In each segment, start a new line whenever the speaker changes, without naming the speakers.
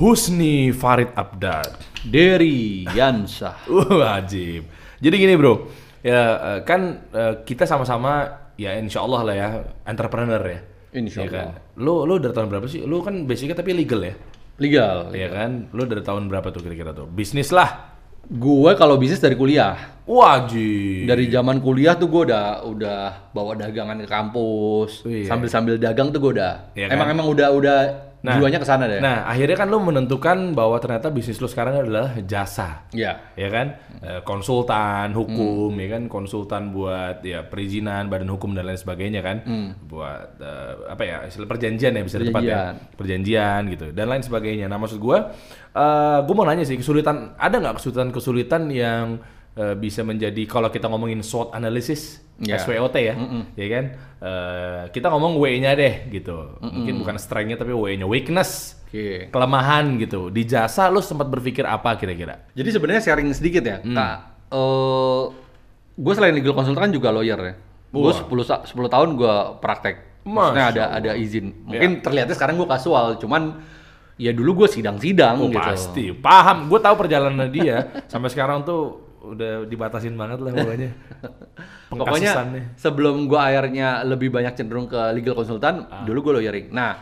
Husni Farid Abdad.
Derry Yansah.
Wajib. Jadi gini bro, ya eh, kan eh, kita sama-sama ya insya Allah lah ya entrepreneur ya.
Insya
Ya kan?
Allah.
Lu lu dari tahun berapa sih? Lu kan basicnya tapi legal ya.
Legal.
Iya kan? Lu dari tahun berapa tuh kira-kira tuh? Bisnis lah.
Gue kalau bisnis dari kuliah.
Wajib.
Dari zaman kuliah tuh gue udah udah bawa dagangan ke kampus.
Iya.
Sambil-sambil dagang tuh gue udah.
Iya kan?
emang emang udah udah
Nah.
jiwanya ke sana deh.
Nah, akhirnya kan lu menentukan bahwa ternyata bisnis lu sekarang adalah jasa.
Iya.
ya kan Eh, konsultan hukum ya kan konsultan buat ya perizinan badan hukum dan lain sebagainya kan buat eh, apa ya istilah perjanjian ya bisa tepat ya perjanjian gitu dan lain sebagainya nah maksud gua eh gua mau nanya sih kesulitan ada nggak kesulitan kesulitan yang eh, bisa menjadi kalau kita ngomongin SWOT analysis
Ya.
SWOT ya ya kan Eh, kita ngomong W-nya deh gitu mungkin bukan strength-nya tapi W-nya weakness
Oke.
kelemahan gitu di jasa lu sempat berpikir apa kira-kira
Jadi sebenarnya sharing sedikit ya,
Hmm.
Kak. Eh, gue selain legal consultant juga lawyer ya. Gue 10, sa- 10 tahun gue praktek. Maksudnya
Masya Iya.
ada ada izin. Mungkin terlihatnya sekarang gue kasual, cuman ya dulu gue sidang-sidang
Oh,
gitu.
pasti paham gue tahu perjalanan dia sampai sekarang tuh udah dibatasin banget lah pokoknya
Pokoknya
pengkasusannya
sebelum gue akhirnya lebih banyak cenderung ke legal consultant,
Ah.
dulu gue lawyering. Nah,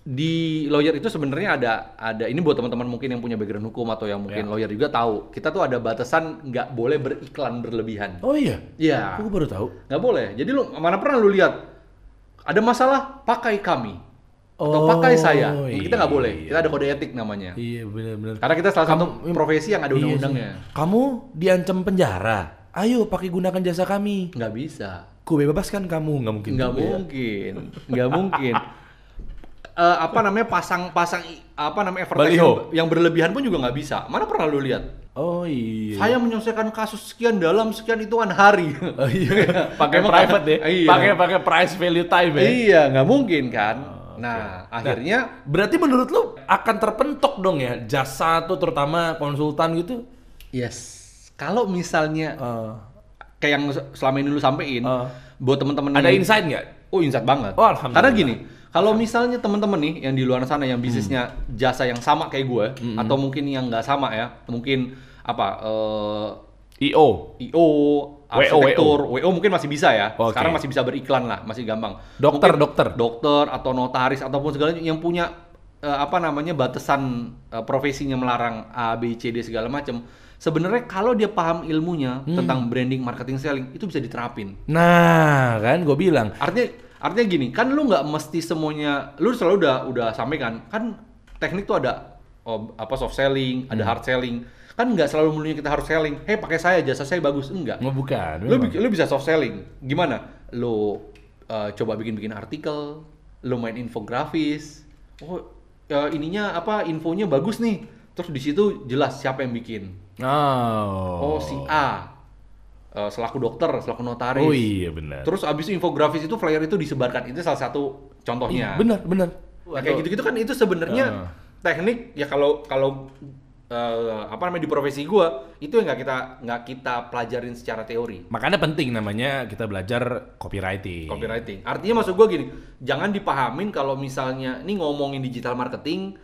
di lawyer itu sebenarnya ada ada ini buat teman-teman mungkin yang punya background hukum atau yang
Ya.
mungkin lawyer juga tahu. Kita tuh ada batasan nggak boleh beriklan berlebihan.
oh iya
Iya.
gue baru tahu
nggak boleh. Jadi lu mana pernah lu lihat ada masalah pakai kami
Oh,
atau pakai saya. Nah, Kita nggak
iya.
boleh. Kita ada kode etik namanya.
iya benar-benar
Karena kita salah satu profesi yang
iya
Kan ada ya. undang-undangnya.
kamu diancam penjara ayo pakai gunakan jasa kami
Nggak bisa.
ku bebaskan kamu nggak mungkin
Nggak
juga ya.
mungkin. Nggak mungkin. Eh, apa namanya pasang-pasang i- apa namanya advertising
Baliho.
yang berlebihan pun juga nggak bisa. Mana pernah lu lihat?
oh iya
Saya menyelesaikan kasus sekian dalam sekian hitungan hari.
Oh, iya. pakai
Emang-
private deh
Iya.
pakai pakai price value time ya
iya, nggak mungkin kan.
Ah,
Nah, akhirnya
berarti menurut lu akan terpentok dong ya jasa tuh terutama konsultan gitu eh,
yes. Kalau misalnya kayak yang se- selama ini lu sampein
Ah.
buat temen-temen
ada
yang-
insight nggak
oh insight banget
Oh, alhamdulillah.
karena gini kalau misalnya temen-temen nih yang di luar sana yang bisnisnya
Hmm.
jasa yang sama kayak gue atau mungkin yang nggak sama ya mungkin apa eh,
io
IO arsitektur WO. mungkin masih bisa ya
Oke.
sekarang masih bisa beriklan lah masih gampang
Dokter,
Mungkin
dokter.
dokter atau notaris ataupun segala yang punya eh, apa namanya batasan eh, profesinya melarang A B C D segala macam sebenarnya kalau dia paham ilmunya
Hmm.
tentang branding marketing selling itu bisa diterapin
Nah, kan gue bilang.
artinya artinya gini kan lu nggak mesti semuanya lu selalu udah udah sampaikan kan teknik tuh ada oh, apa soft selling
Hmm.
ada hard selling kan nggak selalu melulu kita hard selling hey pakai saya jasa saya bagus enggak
Nggak bukan.
lu,
Hmm. memang.
bi- lu bisa soft selling gimana lu uh, coba bikin bikin artikel lu main infografis oh uh, ininya apa infonya bagus nih terus di situ jelas siapa yang bikin
Oh.
oh, si A uh, selaku dokter selaku notaris
Oh iya benar.
Terus abis infografis itu flyer itu disebarkan itu salah satu contohnya.
Benar, benar.
Nah, kayak gitu-gitu kan itu sebenarnya teknik ya kalau kalau eh, apa namanya di profesi gua itu yang nggak kita nggak kita pelajarin secara teori
Makanya penting namanya kita belajar copywriting.
copywriting. Artinya maksud gua gini, jangan dipahamin kalau misalnya ini ngomongin digital marketing,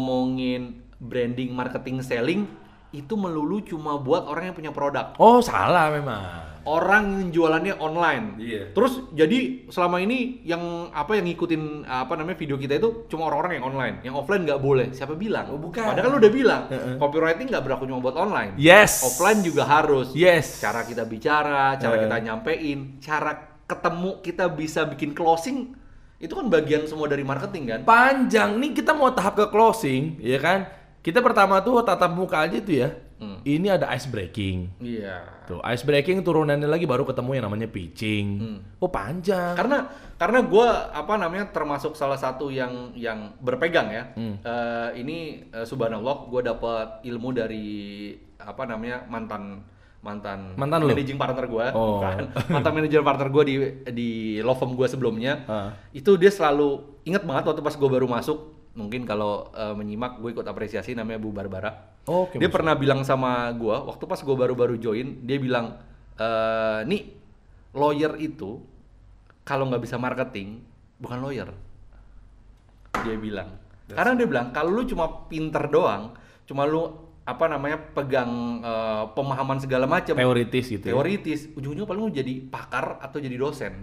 ngomongin branding, marketing, selling itu melulu cuma buat orang yang punya produk.
Oh, salah memang.
orang yang jualannya online.
Iya.
Terus jadi selama ini yang apa yang ngikutin apa namanya video kita itu cuma orang-orang yang online, yang offline nggak boleh. Siapa bilang?
Oh, bukan.
Padahal lu udah bilang copywriting nggak berlaku cuma buat online.
Yes.
Offline juga harus.
Yes.
Cara kita bicara, cara kita nyampein, cara ketemu kita bisa bikin closing itu kan bagian semua dari marketing kan?
Panjang nih kita mau tahap ke closing, ya kan? Kita pertama tuh tatap muka aja tuh ya.
Hmm.
Ini ada ice breaking.
Iya.
Tuh, ice breaking turunannya lagi baru ketemu yang namanya pitching.
Hmm.
Oh, panjang.
Karena karena gue apa namanya termasuk salah satu yang yang berpegang ya.
Hmm.
Eh, ini eh, subhanallah gue dapat ilmu dari apa namanya mantan mantan,
Mantan lu?
managing partner gue,
Oh.
mantan manajer partner gue di di law firm gue sebelumnya.
Ah.
Itu dia selalu ingat banget waktu pas gue baru masuk. Mungkin kalau eh, menyimak gue ikut apresiasi namanya Bu Barbara
Oke.
dia
Mas.
pernah bilang sama gua waktu pas gua baru-baru join dia bilang eh nih lawyer itu kalau nggak bisa marketing bukan lawyer dia bilang Karena dia bilang kalau lu cuma pinter doang, cuma lu apa namanya pegang eh, pemahaman segala macam
Teoritis gitu ya.
teoritis, ujung-ujungnya paling lu jadi pakar atau jadi dosen.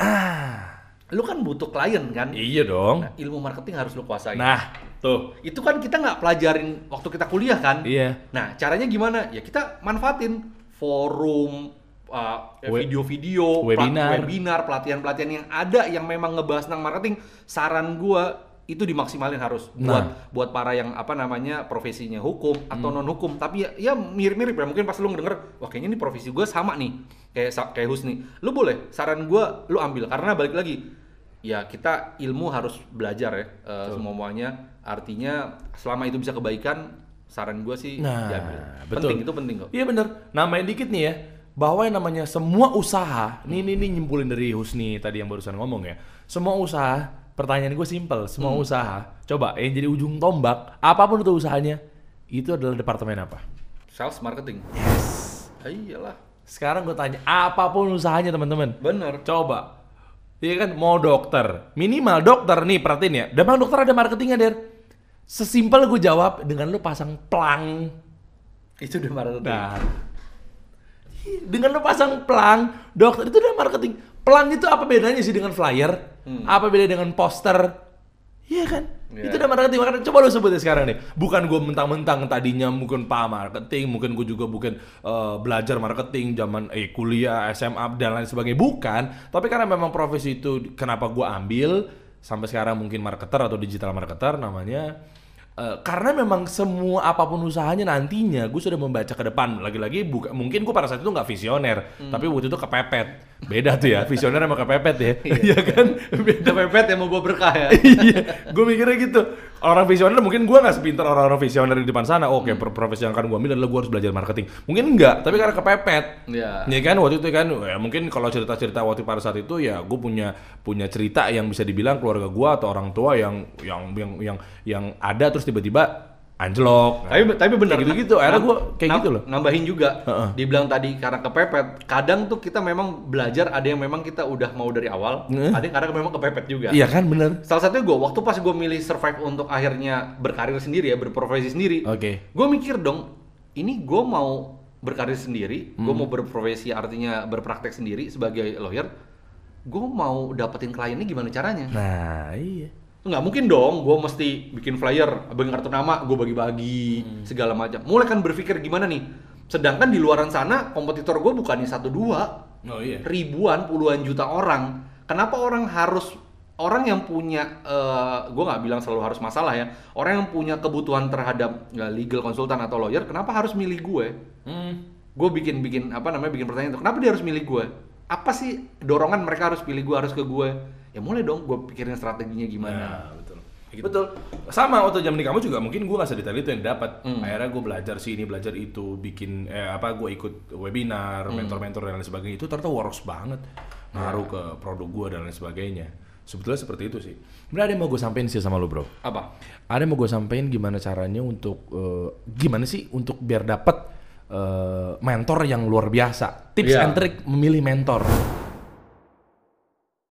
Lu kan butuh klien
Ah.
kan?
Iya dong.
Nah, ilmu marketing harus lu kuasain.
Nah, tuh.
Itu kan kita nggak pelajarin waktu kita kuliah kan?
Iya.
Nah, caranya gimana? Ya kita manfaatin forum, uh,
We-
video-video,
webinar.
plat- webinar, pelatihan-pelatihan yang ada yang memang ngebahas tentang marketing. Saran gua itu dimaksimalin harus buat
Nah.
buat para yang apa namanya profesinya hukum atau
Hmm.
non hukum tapi ya, ya mirip-mirip ya mungkin pas lu ngedenger wah kayaknya ini profesi gua sama nih kayak sa- kayak Husni lu boleh saran gua lu ambil karena balik lagi ya kita ilmu harus belajar ya eh, semuanya artinya selama itu bisa kebaikan saran gua sih
Nah,
diambil.
betul.
penting itu penting kok
Iya bener. Namain dikit nih ya. Bahwa yang namanya semua usaha, nih nih nih nyimpulin dari Husni tadi yang barusan ngomong ya. Semua usaha, pertanyaan gue simpel, semua usaha. Coba yang jadi ujung tombak, apapun itu usahanya, itu adalah departemen apa?
sales marketing Ah, iyalah
Sekarang gue tanya, apapun usahanya teman-teman.
bener
Coba. Iya kan mau dokter, minimal dokter nih perhatiin ya. Demang dokter ada marketingnya, Der. Sesimpel gue jawab dengan lu pasang plang
itu udah marketing
Nah. Dengan lo pasang pelang, dokter itu udah marketing. Pelang itu apa bedanya sih dengan flyer? Apa beda dengan poster? Iya kan?
Iya.
Itu udah marketing. Makanya coba lo sebutin sekarang nih. Bukan gue mentang-mentang tadinya mungkin paham marketing, mungkin gue juga bukan eh, belajar marketing zaman eh kuliah, SMA dan lain sebagainya. Bukan. Tapi karena memang profesi itu kenapa gue ambil sampai sekarang mungkin marketer atau digital marketer namanya. Eh, karena memang semua apapun usahanya nantinya gue sudah membaca ke depan lagi-lagi buka, mungkin gue pada saat itu nggak visioner tapi waktu itu kepepet beda tuh ya visioner sama kepepet ya iya kan beda
Udah pepet yang mau gua berkah ya
iya gue mikirnya gitu orang visioner mungkin gue nggak sepintar orang-orang visioner di depan sana Oh, oke per- profesi yang akan gue kan ambil adalah gue harus belajar marketing mungkin enggak tapi karena kepepet
Iya.
Ya kan waktu itu kan ya mungkin kalau cerita-cerita waktu pada saat itu ya gue punya punya cerita yang bisa dibilang keluarga gue atau orang tua yang yang yang yang, yang ada terus tiba-tiba anjlok.
tapi tapi benar
Kayak gitu-gitu, akhirnya gua kayak gitu loh.
nambahin juga dibilang tadi karena kepepet kadang tuh kita memang belajar ada yang memang kita udah mau dari awal
Heeh.
ada yang kadang memang kepepet juga
Nah. Iya kan bener.
salah satunya gue waktu pas gue milih survive untuk akhirnya berkarir sendiri ya berprofesi sendiri
Oke.
gue mikir dong ini gue mau berkarir sendiri gue mau berprofesi artinya berpraktek sendiri sebagai lawyer gue mau dapetin kliennya gimana caranya
Nah iya.
nggak mungkin dong gue mesti bikin flyer abang kartu nama gue bagi-bagi segala macam mulai kan berpikir gimana nih sedangkan di luaran sana kompetitor gue bukannya satu dua
Oh iya.
ribuan puluhan juta orang kenapa orang harus orang yang punya gue nggak bilang selalu harus masalah ya orang yang punya kebutuhan terhadap ya, legal konsultan atau lawyer kenapa harus milih gue
Hmm.
gue bikin bikin apa namanya bikin pertanyaan itu kenapa dia harus milih gue apa sih dorongan mereka harus pilih gue harus ke gue ya mulai dong gue pikirin strateginya
Nah,
gimana
betul. Betul. Sama waktu jam di kamu juga mungkin gua nggak sedetail itu yang dapat. Akhirnya gue belajar sini, belajar itu, bikin eh, apa gue ikut webinar, mentor-mentor dan lain sebagainya. Itu ternyata works banget. Ngaruh ke produk gua dan lain sebagainya. Sebetulnya seperti itu sih. Sebenarnya ada yang mau gue sampein sih sama lu, Bro.
apa
Ada yang mau gue sampein gimana caranya untuk eh, gimana sih untuk biar dapat eh, mentor yang luar biasa. Tips
Iya.
and trick memilih mentor.